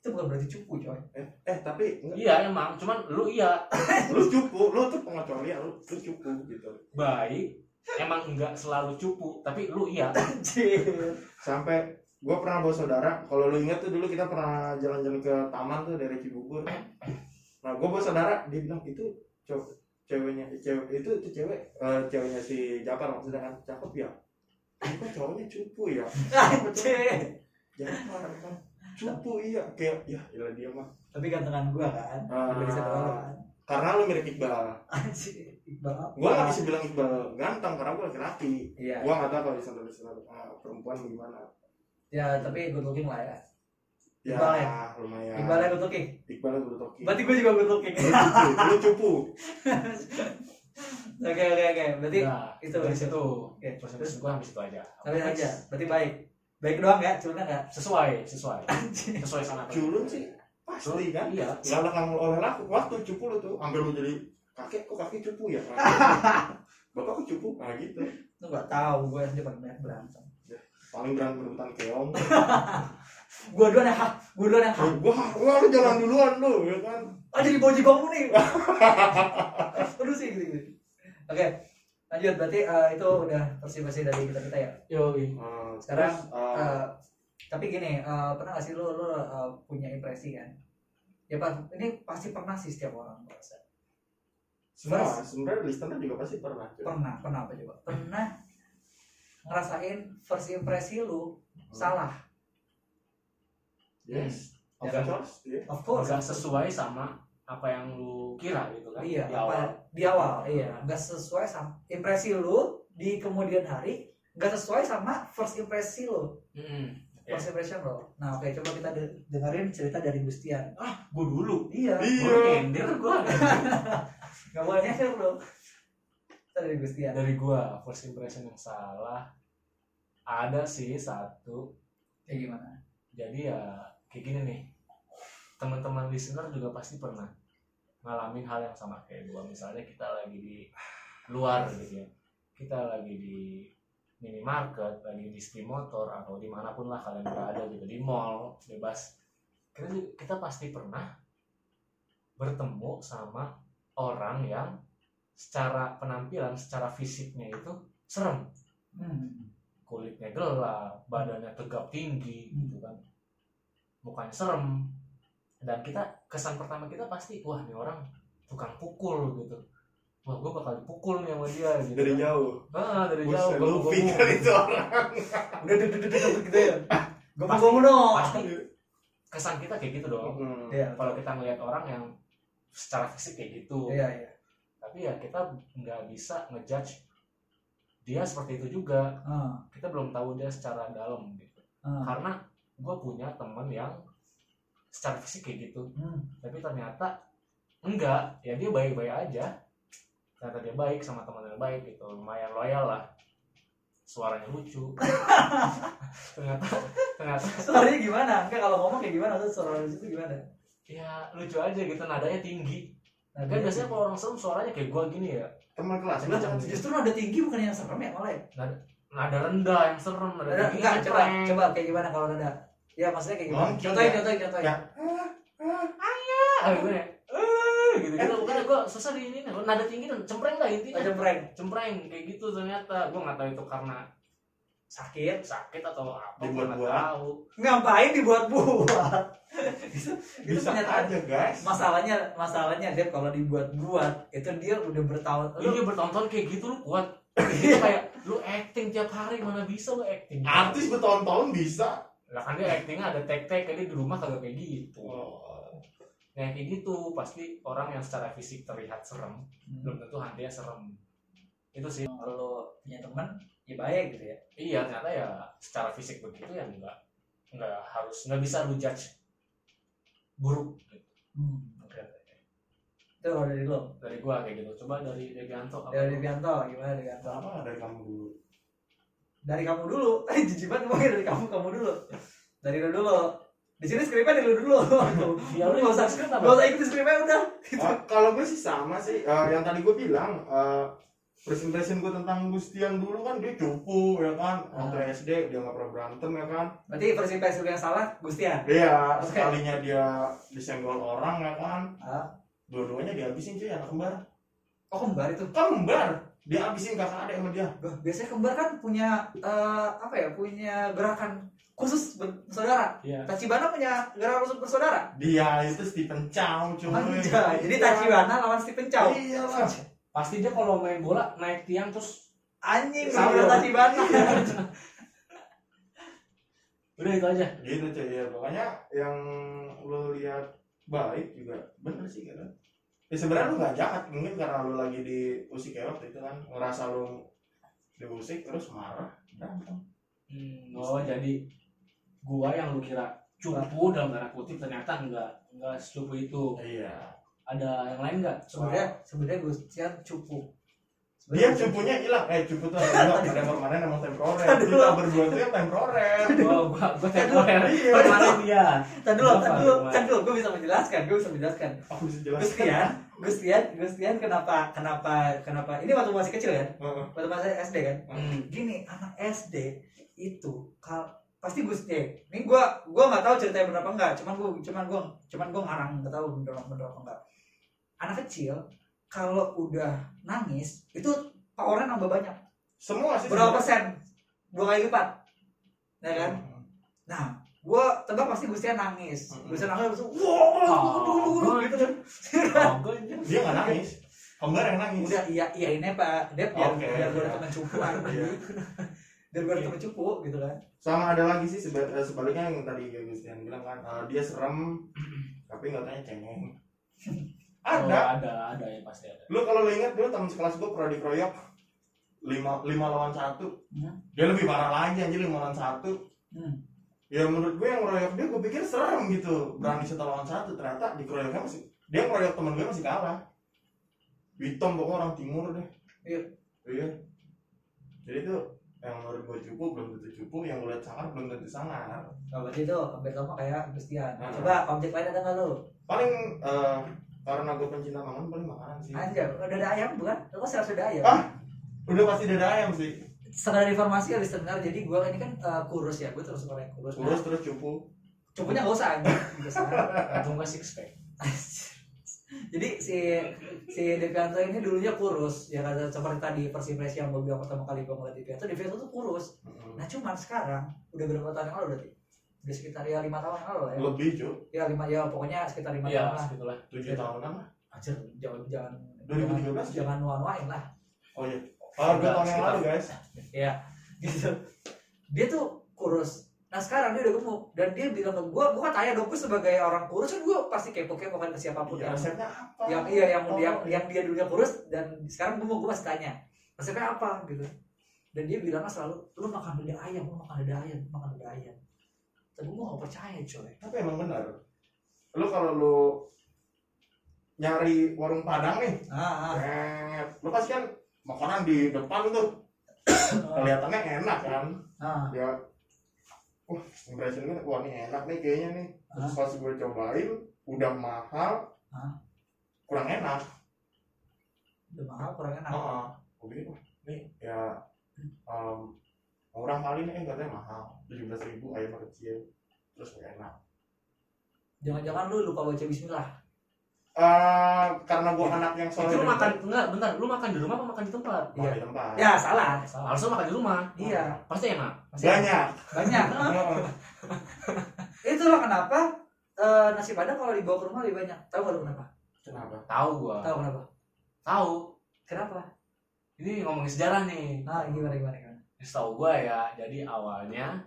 S3: Itu bukan berarti cukup, coy.
S1: eh, eh tapi enggak.
S2: iya emang cuman lu iya
S1: lu cukup lu tuh pengecualian lu, lu cukup gitu
S2: baik emang nggak selalu cupu tapi lu iya
S3: Anjir.
S1: sampai gue pernah bawa saudara kalau lu ingat tuh dulu kita pernah jalan-jalan ke taman tuh dari Cibubur nah gue bawa saudara dia bilang itu cowok ceweknya cewek itu itu cewek eh, ceweknya si Japar maksudnya kan cakep ya ini kok cowoknya cupu ya
S3: Anjir.
S1: Japar kan cupu iya kayak ya ilah dia mah
S3: Tapi gantengan gua kan.
S1: Ah.
S3: Dari satu orang.
S1: karena lu mirip Iqbal
S3: Anjir. Iqbal. apa?
S1: gue nggak bisa bilang Iqbal ganteng karena gue laki-laki
S3: Iya.
S1: gue nggak tahu kalau di sana di sana ah, perempuan gimana
S3: Ya, tapi good looking lah ya.
S1: ya
S3: Iqbal ya?
S1: lumayan
S3: Iqbalnya good looking.
S1: Iqbalnya bulu toki
S3: Berarti gua juga good looking.
S1: Lu cupu, lu cupu
S3: Oke, oke, oke. Berarti
S2: Nah,
S3: itu,
S2: dari
S3: itu.
S2: situ
S3: Oke,
S2: first
S3: terus
S2: impression gue habis itu aja
S3: sampai
S2: Next.
S3: aja. Berarti baik. Baik doang ya, cuma enggak.
S2: sesuai sesuai
S3: Anjir.
S2: sesuai sama apa yang
S1: culun
S2: kita-
S1: sih pasti kan
S2: iya
S1: nggak lah nggak oleh laku waktu cupu lu tuh ambil lu jadi kakek kok kakek cupu ya bapak kok cupu nah gitu
S3: Lu enggak tahu gua yang paling banyak berantem.
S1: paling berantem rebutan keong
S3: Gua duluan yang hak, gua duluan yang hak.
S1: wah wah lu jalan duluan lu ya kan
S3: Oh, jadi boji kamu nih. Terus sih gitu, gitu. Oke. Lanjut, berarti eh, itu udah bersih-bersih dari kita-kita ya.
S2: Yoi.
S1: Ah,
S3: Sekarang,
S1: terus, ah,
S3: Eh, tapi gini, eh, pernah gak sih lu, lu eh, punya impresi kan? Ya Pak, ini pasti pernah sih setiap orang merasa.
S1: semua
S3: first-
S1: sebenarnya listener juga pasti pernah cuy.
S3: Pernah, pernah apa coba? Pernah ngerasain first impresi lu
S1: Hmm.
S3: salah.
S1: yes
S2: Oke.
S1: Ya, terus, iya.
S3: Of
S2: Oh,
S3: course.
S2: nggak sesuai sama apa yang lu kira gitu kan
S3: Iya,
S2: di
S3: apa-
S2: awal
S3: di awal, iya. Gak sesuai sama impresi lu di kemudian hari gak sesuai sama first impresi lu,
S2: Mm-mm.
S1: Iya.
S3: first impression lu. Nah, oke coba kita de- dengerin cerita dari Gustian. Ah,
S2: gue dulu
S3: Iya.
S2: gue
S1: iya
S2: nyender gue
S3: Gak boleh nyetir lu. Cerita dari Gustian.
S2: Iya, dari gue first impression yang salah ada sih satu
S3: Kayak gimana?
S2: jadi ya kayak gini nih teman-teman listener juga pasti pernah ngalamin hal yang sama kayak gue misalnya kita lagi di luar gitu ya kita lagi di minimarket lagi di steam motor atau dimanapun lah kalian berada gitu di mall bebas kita, kita pasti pernah bertemu sama orang yang secara penampilan secara fisiknya itu serem
S3: Hmm.
S2: kulitnya gelap, badannya tegap
S1: Hmm.
S2: tinggi gitu kan. Mukanya serem. Dan kita kesan pertama kita pasti wah ini orang tukang pukul gitu. Wah, gue bakal dipukul nih sama dia gitu.
S1: dari
S2: kan.
S1: jauh
S2: Ah, dari
S1: Buset,
S2: jauh. gua-
S1: lu
S2: gua- gua-
S1: pikir itu orang
S3: Udah duduk duduk duduk gitu ya. Gue mau ngomong dong.
S2: Pasti kesan kita kayak gitu dong.
S1: Hmm.
S3: Iya.
S2: Kalau kita ngelihat orang yang secara fisik kayak gitu.
S3: Iya iya.
S2: Tapi ya kita nggak bisa ngejudge dia seperti itu juga.
S3: Ah,
S2: Kita belum tahu dia secara dalam gitu.
S3: ah.
S2: karena gue punya temen yang secara fisik kayak gitu
S3: Hmm.
S2: tapi ternyata enggak ya dia baik-baik aja ternyata dia baik sama teman yang baik gitu lumayan loyal lah suaranya lucu ternyata ternyata
S3: Suaranya gimana? Enggak kalau ngomong kayak gimana? Terus suara lu itu gimana?
S2: ya lucu aja gitu nadanya tinggi
S3: Nah,
S2: kan biasanya kalau orang serem suaranya kayak gua gini ya
S1: teman kelas
S3: Nah, justru nada tinggi bukan yang serem ya malah ya.
S2: nada rendah yang serem nada
S3: Nada,
S2: tinggi
S3: enggak,
S2: yang
S3: coba
S2: cempreng.
S3: coba kayak gimana kalau nada? Ya maksudnya kayak gimana?
S1: Mungkin
S3: Contohin,
S1: ya.
S3: contohin, contohin.
S1: Ya.
S2: ah gue ya eh gitu gitu bukan gue susah di ini nada tinggi dan cempreng lah intinya
S3: Aja prank.
S2: cempreng kayak gitu ternyata gue nggak tahu itu karena
S3: Sakit.
S2: sakit atau apa gue nggak
S1: Dibuat-buat.
S2: tahu
S3: Ngapain dibuat-buat? Itu- itu
S1: bisa
S3: pernyataan.
S1: aja guys
S3: Masalahnya masalahnya Dep kalau dibuat-buat itu dia udah bertahun lu
S2: iya bertonton kayak gitu lu kuat Itu kayak lu acting tiap hari mana bisa lu acting
S1: artis bertahun-tahun bisa
S2: lah kan dia actingnya ada tek tek kan dia di rumah kagak kayak gitu
S1: Oh.
S2: nah kayak gitu pasti orang yang secara fisik terlihat serem belum tentu hatinya serem itu sih
S3: kalau lu punya teman ya baik gitu ya.
S2: iya ternyata ya secara fisik begitu ya enggak enggak harus enggak bisa lu judge buruk gitu.
S3: Itu kalau dari lu.
S2: dari gua kayak gitu coba dari Devianto apa?
S3: Dari Bianto gimana dari Bianto?
S1: apa dari kamu dulu
S3: Dari kamu dulu. Eh jijik banget ngomongnya dari kamu kamu dulu. Dari lu dulu. Di sini skripnya dari lu dulu.
S2: ya lu
S3: Lu nggak usah
S2: ikut
S3: nggak
S2: apa?
S3: usah ikut skripnya udah.
S1: Eh, kalau gue sih sama sih Eh, yang tadi gue bilang eh first impression gue tentang Gustian dulu kan dia cupu ya kan
S3: Ah.
S1: waktu SD dia nggak pernah berantem ya kan
S3: Berarti versi PS lu yang salah Gustian.
S1: dia
S3: Oke.
S1: sekalinya dia disenggol orang ya kan
S3: Ah.
S1: dua-duanya dihabisin cuy anak kembar Kan
S3: Oh kembar itu.
S1: kembar dihabisin kakak adik sama dia
S3: Bah, biasanya kembar kan punya eh, apa ya? Punya gerakan khusus ber- bersaudara.
S2: Iya.
S3: Tachibana punya gerakan khusus bersaudara.
S1: dia itu Stephen Chow cuy
S3: Anjay. Jadi Tachibana lawan Stephen Chow.
S1: iya lah
S2: pasti dia kalau main bola naik tiang terus
S3: Anjing
S1: Iya.
S3: sama Tachibana.
S2: udah itu aja
S1: gitu cuy ya pokoknya yang lu lihat baik juga bener sih kan ya sebenarnya lu gak jahat mungkin karena lu lagi diusik ya waktu itu kan ngerasa lu diusik terus marah berantem
S2: oh jadi gua yang lu kira cupu dalam tanda kutip ternyata enggak enggak secupu itu
S1: iya
S2: ada yang lain enggak
S3: Sebenarnya sebenarnya Gustian cupu.
S1: dia
S3: Sebenarnya
S1: cupunya hilang eh cupu tuh ada dua, ada permanen sama temporer
S3: Aduh.
S1: kita berdua tuh yang temporer
S2: oh, gua gua temporer
S1: iya
S2: kemarin dia
S3: Tadi dulu,
S2: Kenapa?
S3: tadi dulu,
S2: Kenapa?
S3: tadi dulu, gue bisa menjelaskan, gue bisa menjelaskan.
S1: aku bisa jelaskan
S3: Gustian, Gustian, Gustian kenapa, kenapa, kenapa? Ini waktu masih kecil kan?
S1: Heeh.
S3: Waktu masih SD kan?
S2: hmm.
S3: Gini, anak SD itu kal pasti Gusti. Ini gue, gue nggak tahu ceritanya bener apa enggak. Cuman gue, cuman gue, cuman gue ngarang nggak tahu bener bener apa enggak. Anak kecil kalau udah nangis itu powernya nambah banyak.
S1: semua sih
S3: Berapa persen? Dua kali lipat, ya kan? Nah, gue tebak pasti Gustian nangis.
S1: Mm-mm.
S3: Gustian nangis langsung, wow, dulu, dulu,
S2: Oh,
S3: gitu kan.
S2: Oh, gua aja.
S1: Iya. dia nggak nangis kembar yang nangis
S3: Udah, iya, iya ini Pak Dep, biar,
S1: Oke,
S3: biar gue
S1: iya.
S3: temen cupu aja.
S1: Iya.
S3: Biar gue
S2: Oke.
S3: temen cupu, gitu kan.
S1: sama ada lagi sih seba- eh, sebaliknya yang tadi kayak Gustian bilang kan eh, dia serem tapi nggak tanya cengeng
S2: Oh,
S1: ada
S2: ada ada ya pasti ada
S1: lu kalau lu ingat dulu teman sekelas gua pernah dikeroyok lima lima lawan satu
S3: Hmm.
S1: dia lebih parah lagi anjir lima lawan satu
S3: Hmm.
S1: ya menurut gue yang ngeroyok dia gue pikir serem gitu berani satu lawan satu ternyata dikeroyoknya masih dia ngeroyok temen gue masih kalah hitam pokoknya orang timur deh
S3: Iya.
S1: iya jadi itu yang menurut gue cupu belum tentu cupu yang gue lihat sangar belum tentu sangar
S3: Nah, berarti itu hampir sama kayak Gustian.
S1: Hmm.
S3: Coba objek lain ada nggak lu?
S1: paling eh, karena gue pencinta makanan paling makanan sih
S3: Anjir, udah ada ayam bukan? Lu kan selalu ada ayam.
S1: Ah. udah pasti dada ayam sih
S3: Sekedar informasi ya listener, jadi gue ini kan eh, kurus ya, gue terus orang yang kurus.
S1: kurus terus cupu
S3: Cupunya nggak usah anjir. Nggak usah.
S2: untung gua six pack
S3: Jadi si si Devianto ini dulunya kurus ya kata seperti tadi versi impresi yang gue bilang pertama kali gue ngeliat Devianto Devianto tuh kurus nah cuman sekarang udah berapa tahun yang lalu berarti udah sekitar ya lima tahun yang lalu lah ya
S1: lebih cuy
S3: ya lima ya pokoknya sekitar lima
S2: iya
S3: tahun lah
S2: segitulah
S1: tujuh tahunan lah
S3: Anjir, jangan jangan
S1: 2013
S3: jangan, jangan nuan-nuain lah
S1: oh iya oh, dua tahun yang lalu guys
S3: gitu dia tuh kurus nah sekarang dia udah gemuk dan dia bilang ke gue gue kan tanya dong gue sebagai orang kurus kan gue pasti kepo-kepo kan ke siapapun
S1: Iya,
S3: yang
S1: resepnya apa
S3: yang iya yang
S1: Oh,
S3: dia yang dia dulunya kurus dan sekarang gue gue masih tanya resepnya apa gitu dan dia bilangnya selalu lu makan dada ayam lu makan dada ayam lu makan dada ayam tapi gue gak percaya coy
S1: tapi emang benar lu kalau lu nyari warung padang nih
S3: ah,
S1: eh, lu pasti kan makanan di depan tuh kelihatannya enak kan
S3: ah,
S1: ya wah impression gue wah ini enak nih kayaknya nih terus pas gue cobain udah mahal
S3: Hah?
S1: kurang enak
S3: udah mahal kurang enak
S1: Heeh. Gua pikir wah ini ya um, murah kali nih eh, katanya mahal tujuh belas ribu ayam kecil terus gak enak
S3: jangan-jangan lu lupa baca bismillah
S1: Eh, karena gua anak yang soleh
S2: itu lu
S1: dan
S2: makan enggak bentar lu makan di rumah apa makan di tempat
S1: baik, makan di tempat
S3: ya salah
S2: Salah. harusnya makan di rumah
S3: iya
S2: pasti enak
S3: Masih
S1: banyak
S3: banyak
S1: Heeh.
S3: itulah kenapa eh, nasi padang kalau dibawa ke rumah lebih banyak tahu nggak lu kenapa
S1: kenapa
S2: tahu gua
S3: tahu kenapa
S2: tahu
S3: kenapa
S2: ini ngomongin sejarah nih
S3: ah gimana gimana gimana
S2: setahu gua ya jadi awalnya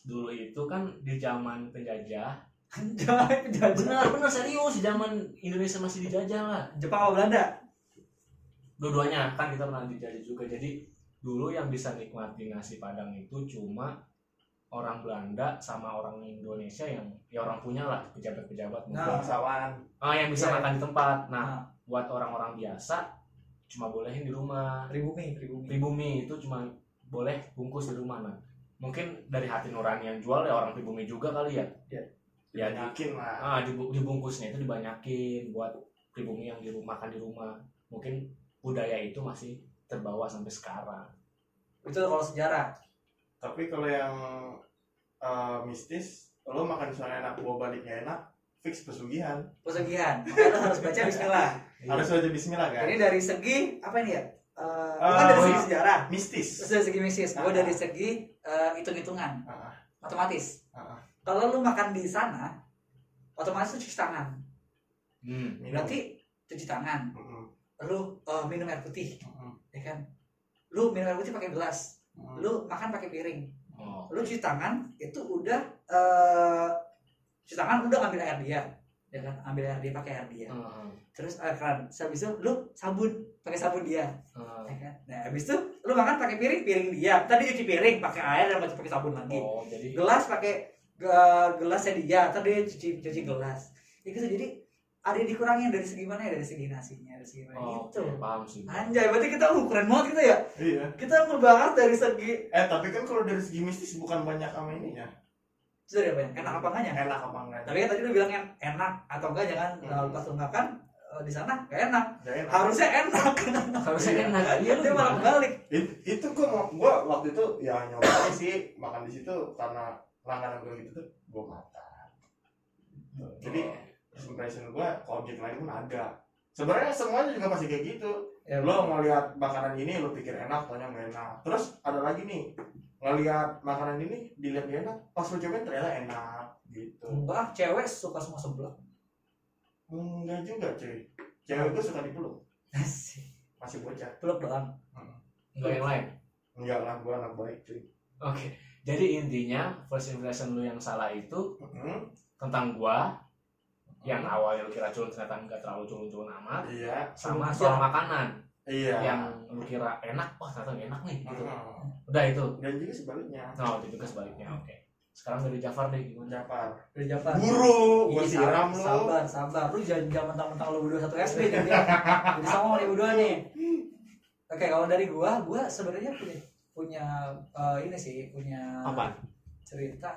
S2: dulu itu kan di zaman penjajah
S3: Anjay, penjajah
S2: benar benar serius di zaman Indonesia masih dijajah lah
S3: Jepang sama Belanda
S2: dua-duanya kan kita pernah dijajah juga jadi dulu yang bisa nikmati nasi padang itu cuma orang Belanda sama orang Indonesia yang ya orang punya lah pejabat-pejabat mungkin.
S3: Nah.
S1: bangsawan
S2: Ah, yang bisa
S3: Iya.
S2: makan di tempat nah
S3: Nah.
S2: buat orang-orang biasa cuma bolehin di rumah
S3: pribumi pribumi
S2: pribumi itu cuma boleh bungkus di rumah nah mungkin dari hati nurani yang jual ya orang pribumi juga kali ya
S3: Iya.
S2: ya di-
S1: yakin lah
S2: ah dibu- dibungkusnya itu dibanyakin buat pribumi yang di rumah makan di rumah mungkin budaya itu masih terbawa sampai sekarang
S3: itu kalau sejarah
S1: tapi kalau yang eh, mistis lo makan misalnya enak bawa baliknya enak fix pesugihan
S3: pesugihan makanya lu harus baca bismillah
S2: Iya.
S1: harus aja bismillah kan
S3: ini dari segi apa ini ya Eh,
S1: Eh,
S3: bukan dari segi sejarah
S1: mistis
S3: terus dari segi misis gue dari segi eh, hitung-hitungan
S1: Ah,
S3: otomatis
S1: Ah.
S3: kalau lu makan di sana otomatis lu cuci tangan
S2: hmm.
S1: minum
S3: berarti cuci tangan
S1: Mm-mm,
S3: lu eh, minum air putih
S1: mm-mm,
S3: ya kan lu minum air putih pakai gelas
S1: mm-mm.
S3: lu makan pakai piring
S2: oh
S3: lu cuci tangan itu udah eh cuci tangan udah ambil air dia ya kan ambil air dia pakai air dia
S2: Heeh.
S3: terus air keran Terus habis itu lu sabun pakai sabun dia
S2: Heeh.
S3: ya kan nah habis itu lu makan pakai piring piring dia tadi cuci piring pakai air dan pakai sabun lagi
S2: oh jadi
S3: gelas pakai ge- gelasnya dia tadi cuci cuci gelas ya gitu jadi ada yang dikurangin dari segi mana ya dari segi nasinya dari segi mana
S2: oh
S3: gitu
S2: oke, paham sih
S3: Anjay, berarti kita uh, keren banget kita ya.
S1: iya
S3: Kita ngebahas dari segi
S1: eh tapi kan kalau dari segi mistis bukan banyak sama ya? ininya
S3: sudah apa ya? Enak apa enggaknya?
S1: enak apa enggaknya
S3: Tapi kan tadi lu bilang en- enak atau enggak jangan
S1: Hmm.
S3: eh, pas lu makan eh, di sana enggak enak.
S1: Nggak enak.
S3: Harusnya enak.
S2: harusnya
S1: Iya.
S2: enak iya lu
S3: Dia malah
S2: gimana?
S3: balik.
S1: It- itu gua mau gua waktu itu ya nyoba aja sih makan di situ karena langganan gua gitu tuh gua makan Tuh, jadi first impression gua ke objek lain pun ada sebenarnya semuanya juga masih kayak gitu
S3: Ya,
S1: lo ngelihat makanan ini lo pikir enak tanya nggak enak terus ada lagi nih ngelihat makanan ini dilihat dia enak pas lo cobain ternyata enak gitu
S3: Wah, cewek suka semua sebelah.
S1: enggak juga cuy cewek gua suka dipeluk masih bocah
S3: Peluk doang.
S2: enggak yang lain
S1: enggak lah gua anak baik cuy
S2: oke jadi intinya first impression lu yang salah itu
S1: Mm-mm.
S2: tentang gua yang awalnya lu kira culun ternyata enggak terlalu culun-culun amat
S1: iya
S2: sama
S3: Culun aja.
S2: soal makanan
S1: iya
S2: yang lu kira enak wah ternyata nggak enak nih gitu
S1: Mm-mm.
S2: udah itu
S1: dan juga sebaliknya
S2: Nah, itu juga sebaliknya. Oke. Sekarang dari Jafar deh gimana?
S1: Jafar
S3: Dari Jepang.
S1: buru gua
S3: Ih,
S1: siram
S3: Iya, sabar,
S1: lu
S3: Sabar, sabar. Lu jangan jangan mentang-mentang lu berdua satu SD jadi. ya. Jadi sama lu berdua nih. Oke, kalau dari gua, gua sebenarnya punya punya eh, ini sih, punya cerita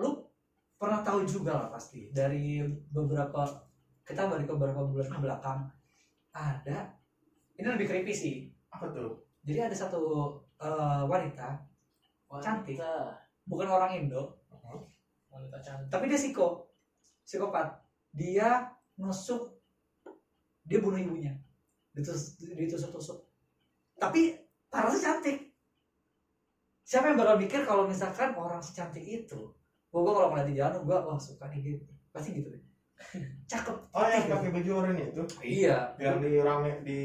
S3: lu pernah tahu juga lah pasti dari beberapa kita balik ke beberapa bulan ke belakang ada ini lebih creepy sih
S1: apa tuh
S3: jadi ada satu eh, wanita Cantik.
S2: Wanita,
S3: bukan orang Indo
S2: wanita cantik.
S3: tapi dia psiko psikopat dia nusuk dia bunuh ibunya ditus ditusuk tusuk tapi parahnya cantik siapa yang bakal mikir kalau misalkan orang secantik itu gua, gua kalau ngeliat di jalan gua wah suka nih dia pasti gitu deh cakep
S1: oh yang
S3: putih,
S1: pakai baju oranye itu
S3: iya
S1: yang di rame di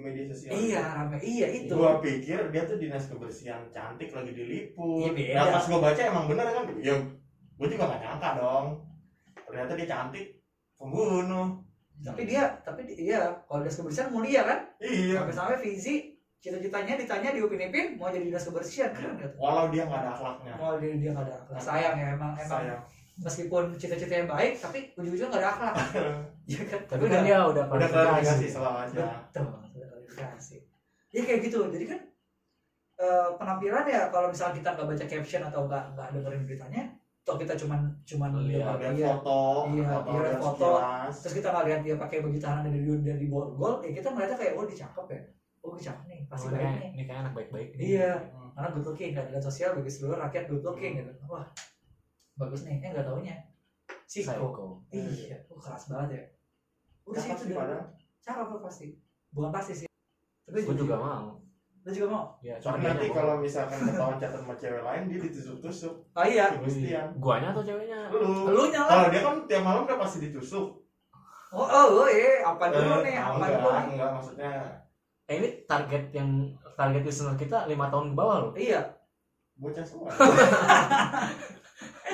S1: media sosial
S3: iya rame iya itu
S1: gua pikir dia tuh dinas kebersihan cantik lagi diliput
S3: Iya, beda.
S1: nah pas gua baca emang bener kan ya gua juga gak nyangka dong ternyata dia cantik pembunuh
S3: tapi dia tapi dia iya, kalau dinas kebersihan mulia kan
S1: iya
S3: sampai-sampai Fizi cita-citanya ditanya diupin-upin mau jadi dinas kebersihan keren gak tuh
S1: walau dia gak ada akhlaknya
S3: Wah, dia dia nggak ada akhlak. Sayang ya emang emang
S1: sayang
S3: meskipun cita-cita yang baik tapi ujung-ujungnya nggak ada akhlak. Iya kan?
S2: Tapi kan dia udah
S1: udah klarifikasi
S2: klarifikasi.
S1: selalu aja
S3: betul sudah klarifikasi. Ya kayak gitu. Jadi kan eh, penampilan ya kalau misalnya kita nggak baca caption atau nggak nggak dengerin beritanya toh kita cuman cuman
S2: Lihat.
S1: lihat
S3: dia
S1: foto
S3: Iya,
S1: atau
S3: iya,
S1: lihat
S3: foto.
S1: sekilas.
S3: terus kita nggak lihat dia pakai baju tahanan dari dari borgol ya kita ngeliatnya kayak oh dia cakep ya oh dia cakep nih pasti
S2: Oh, ini,
S3: baik
S2: kayak-
S3: nih
S2: ini kayak anak baik-baik nih.
S3: Iya.
S1: Hmm.
S3: karena good looking nggak dilihat sosial bagi seluruh rakyat good looking gitu wah bagus nih eh nggak taunya Siko
S2: Psycho.
S3: iya oh, keras banget ya udah sih
S1: Cakep
S3: itu
S1: sih
S3: udah
S1: pada
S3: cakep lo pasti bukan pasti sih tapi
S2: Gue juga mau.
S3: lu juga mau
S2: Ya,
S1: Tapi
S2: dia
S1: nanti
S2: nyogok.
S1: kalau misalkan ketahuan catat sama cewek lain dia ditusuk-tusuk.
S3: oh iya
S1: Si Gustian.
S2: guanya atau ceweknya?
S1: Lu.
S3: lu nyala
S1: Kalau dia kan tiap malam udah pasti ditusuk.
S3: oh oh, oh iya apa dulu
S1: Eh,
S3: nih apa
S1: enggak,
S3: dulu nih
S1: enggak maksudnya.
S2: Eh, ini target yang target listener kita 5 tahun ke bawah loh.
S3: iya
S1: Bocah semua.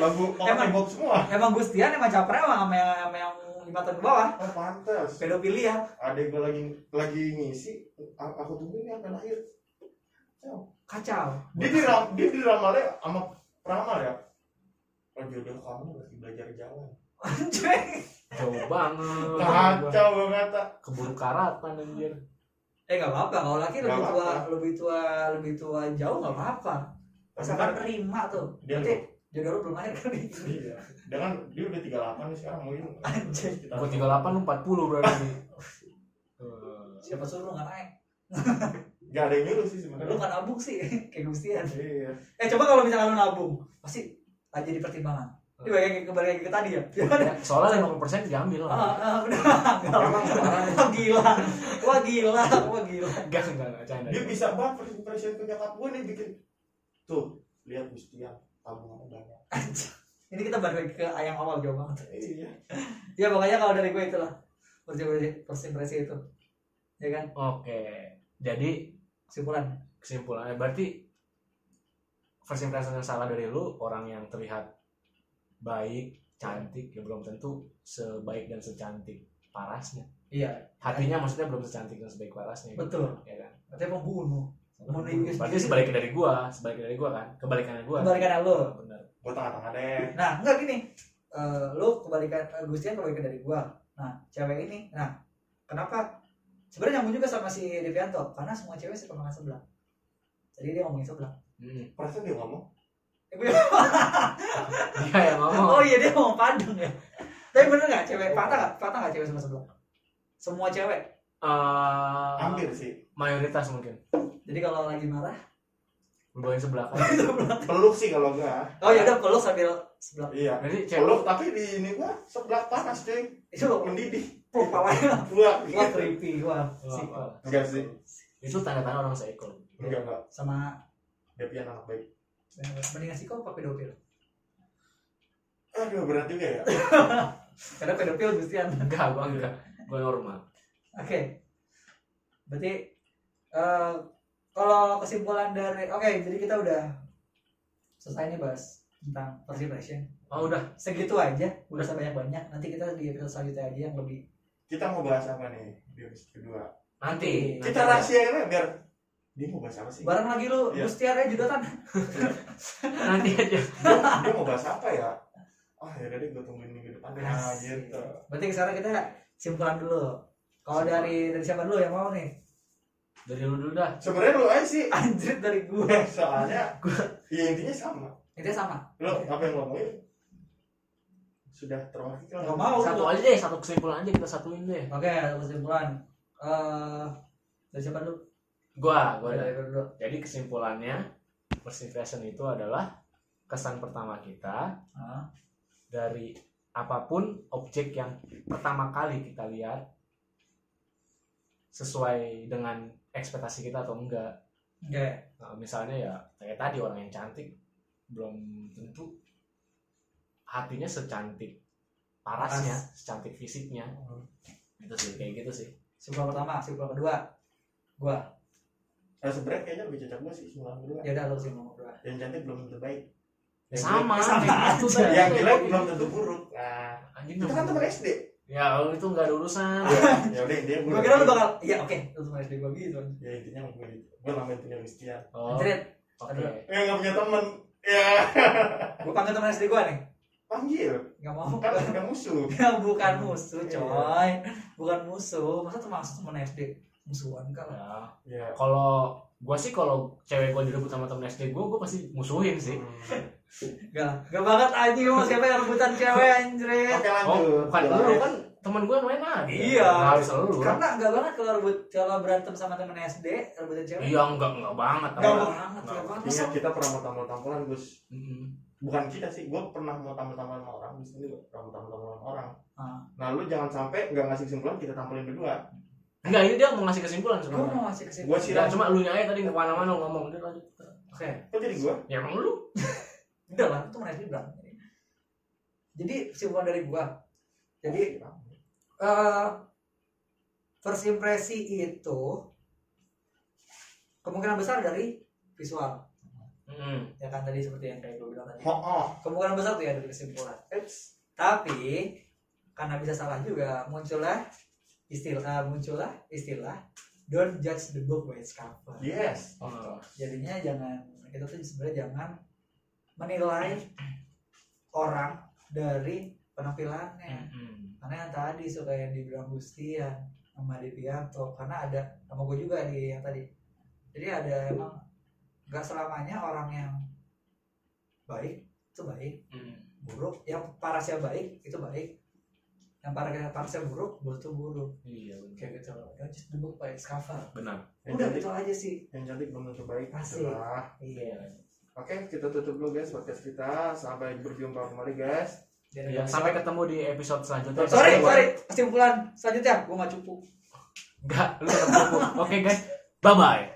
S1: Lagu
S3: Emang-
S1: pokoknya bob semua.
S3: emang Gustian emang capernya emang sama yang sama yang lima tahun ke bawah ya.
S1: Oh pantes.
S3: pedofilia
S1: Adek gue lagi lagi ngisi. a- Aku tungguin nih sampai lahir.
S3: kacau
S1: Dia diram dia diramalnya sama peramal ya. Oh jodoh kamu lagi belajar jalan.
S3: anjing
S2: Jauh banget.
S1: Kacau banget. tak.
S2: Keburu karatan anjir.
S3: eh nggak apa-apa kalau laki
S1: Nggak
S3: lebih tua
S1: apa-apa.
S3: lebih tua lebih tua jauh nggak apa-apa asalkan
S1: Bentar.
S3: terima tuh
S1: kan Dia
S3: Berarti jodoh lu belum lahir kan itu
S1: Iya. Dia kan dia udah 38 nih sekarang mungkin.
S3: Anjing.
S1: Kita-
S2: Gue 38 lu 40 berarti.
S3: siapa suruh lu nggak naik
S1: Gak ada yang nyuruh sih
S3: lu
S1: sebenarnya.
S3: nggak nabung sih kayak Gustian
S1: Iya.
S3: eh coba kalau misalnya lu nabung pasti aja jadi pertimbangan ini bayangin kembali lagi ke tadi ya
S2: Eh, Soalnya 50% diambil
S3: Ah,
S2: lah.
S3: ah, udah nggak
S1: Emang parah.
S3: Wah gila, wah gila, wah gila.
S2: Enggak, enggak, enggak canda.
S1: Dia bisa banget first impression ke nyokap gue nih bikin tuh lihat Gustian tabungannya banyak.
S3: Anjir. Ini kita balik lagi ke ayam awal jauh banget.
S1: Iya.
S3: Ya pokoknya kalau dari gue itulah first impression, first impression itu, ya kan?
S2: Oke. Jadi
S3: Kesimpulan.
S2: kesimpulannya berarti first impression yang salah dari lu orang yang terlihat baik cantik yang belum tentu sebaik dan secantik parasnya
S3: Iya,
S2: hatinya maksudnya belum secantik dan sebaik parasnya gitu.
S3: Betul. gitu.
S2: ya kan
S3: katanya mau bunuh. Mau nipis.
S2: berarti sebaliknya dari gua sebaliknya dari gua kan kebalikannya gua
S3: Kebalikannya lu.
S2: benar
S1: Gue tengah-tengah deh.
S3: Nah, enggak gini. Eh, lu kebalikan eh, Gustian kebalikan dari gua. Nah, cewek ini. Nah, kenapa? Sebenarnya nyambung juga sama si Devianto karena semua cewek suka makan sebelah. Jadi dia ngomongin sebelah.
S2: hmm.
S1: Perasaan dia ngomong.
S3: Eh, gue-
S2: dia yang ngomong
S3: Oh iya dia mau Padang ya. Tapi bener nggak cewek patah nggak patah nggak cewek sama sebelah? Semua cewek.
S2: Eh,
S1: Hampir sih.
S2: mayoritas mungkin
S3: Jadi kalau lagi marah
S2: lu bawain sebelah kan
S3: sebelah.
S1: Peluk sih kalau enggak.
S3: Oh ya udah peluk sambil sebelah.
S1: Iya.
S2: berarti cewek
S1: Peluk tapi di ini gua sebelah panas cuy.
S3: Itu
S1: Mendidih.
S3: peluk palanya.
S1: Gua
S3: Wah creepy wah.
S2: Apa?
S3: Siko.
S1: Enggak sih.
S2: itu tanda-tanda orang seekor
S1: Enggak enggak.
S3: Sama
S1: Depi anak baik.
S3: mendingan siko apa pedofil?
S1: Aduh berat juga ya.
S3: Karena pedofil Gustian.
S2: enggak gua enggak gua normal
S3: Oke. Berarti eh, kalau kesimpulan dari oke jadi kita udah selesai nih bahas tentang first impression.
S2: oh udah
S3: Segitu aja, udah sebanyak banyak. Nanti kita di episode selanjutnya aja yang lebih
S1: Kita mau bahas apa nih di episode kedua?
S2: nanti
S3: Nanti.
S1: Kita rahasiain aja ya, biar dia mau bahas apa sih?
S3: Bareng lagi lu,
S1: Iya.
S3: Gustiar ya judotan.
S2: nanti aja
S1: dia mau bahas apa ya? Ah ya deh gue tungguin minggu depan deh. Nah,
S3: Asik.
S1: gitu.
S3: Berarti sekarang kita simpulan dulu. Kalau
S2: Simpulan.
S3: dari dari siapa dulu yang mau nih?
S2: dari lu dulu dah
S1: Sebenarnya lu aja sih.
S3: Anjir dari gue.
S1: Soalnya ya intinya sama.
S3: Itu sama.
S1: Lu apa yang lu ngomongin sudah terwakil.
S3: Gak mau.
S2: satu
S3: lu.
S2: aja deh satu kesimpulan aja kita satuin deh
S3: Oke, kesimpulan. Eh dari siapa dulu?
S2: gua gua dah.
S3: Dari gue dulu.
S2: jadi kesimpulannya first impression itu adalah kesan pertama kita
S3: Ah,
S2: dari apapun objek yang pertama kali kita lihat sesuai dengan ekspektasi kita atau enggak
S3: Oke.
S2: Nah, misalnya ya kayak tadi orang yang cantik belum tentu hatinya secantik parasnya secantik fisiknya gitu sih kayak gitu sih
S3: Simpulan pertama, simpulan kedua. Gua.
S1: Nah sebenarnya kayaknya lebih cocok gue sih semua dua.
S3: Ya udah lu simpulan kedua.
S1: Yang cantik belum tentu baik.
S2: Ya, sama
S3: Sama
S2: kayak gitu,
S3: aja.
S2: Bang.
S1: Yang jelek belum tentu buruk. Nah,
S2: anjing
S1: itu kan teman SD.
S2: ya kalau itu nggak ada urusan
S1: Ya udah intinya gue.
S3: Gua kira lu bakal iya oke, lu sama SD gua gitu.
S1: Ya intinya gue gue namain punya Christian.
S2: oh, oke
S3: Anjir,
S1: Eh nggak punya teman. Ya
S3: gua panggil teman SD gua nih.
S1: panggil.
S3: Gak mau.
S1: Kan ada musuh.
S3: Ya, bukan musuh coy bukan musuh masa termasuk teman SD musuhan kalau
S2: ya
S1: Ya. Hmm.
S2: kalau gua sih kalau cewek gua direbut sama temen SD gua gua pasti musuhin sih
S3: Gak lah. Gak banget anjing mau siapa yang rebutan cewek anjir.
S1: Oke
S2: Oh,
S1: lanjut. Iya.
S2: bukan
S1: Jelas.
S2: lu kan temen gue yang main ada.
S3: Iya.
S2: Nggak harus lu.
S3: Karena gak banget kalau rebut kalau berantem sama temen SD rebutan cewek.
S2: Iya enggak enggak banget.
S3: Gak
S2: Enggak.
S3: banget, gak banget. Masa
S1: Ingat kita pernah mau tampil-tampilan Gus.
S2: Mm-mm.
S1: Bukan kita sih, gue pernah mau tampil-tampilan sama orang. Di sini gua pernah mau tampil-tampilan sama orang.
S3: Ah.
S1: Nah lu jangan sampai nggak ngasih kesimpulan kita tampilin berdua.
S2: Enggak, ini dia mau ngasih kesimpulan
S3: gue
S2: sebenarnya.
S3: mau ngasih kesimpulan.
S1: Gua sih-
S2: Tidak cuma lu nyaya tadi kemana-mana lu ngomong dia lanjut.
S3: Oke.
S1: Kok jadi gue?
S2: Ya emang lu.
S3: Udah lah, itu mana sih bilang. Jadi kesimpulan dari gua. Jadi eh first impresi itu kemungkinan besar dari visual
S2: Mm-mm.
S3: ya kan tadi seperti yang kayak gue bilang tadi
S1: oh, oh.
S3: kemungkinan besar tuh ya dari kesimpulan
S1: Eits.
S3: tapi karena bisa salah juga muncullah istilah muncullah istilah don't judge the book by its cover
S1: Yes.
S2: Oh,
S3: jadinya jangan kita tuh sebenarnya jangan menilai orang dari penampilannya
S2: Mm-mm.
S3: karena yang tadi suka yang dibilang Gustian sama Devianto karena ada sama gue juga di yang tadi jadi ada emang nggak selamanya orang yang baik itu baik
S2: Mm.
S3: buruk yang parasnya baik itu baik yang parasnya parasnya buruk buat tuh buruk
S2: Iya, benar.
S3: kayak gitu ya just the book by its cover
S2: benar.
S1: Yang
S3: udah
S1: cantik,
S3: gitu aja sih
S1: yang cantik belum tentu baik.
S3: Asik.
S1: Itulah.
S2: Iya.
S1: Oke, kita tutup dulu guys podcast kita. Sampai berjumpa kembali guys.
S2: Iya, sampai ketemu di episode selanjutnya.
S3: sorry sorry kesimpulan selanjutnya gue nggak cukup
S2: Enggak, lu tetap cukup. Oke guys, bye bye.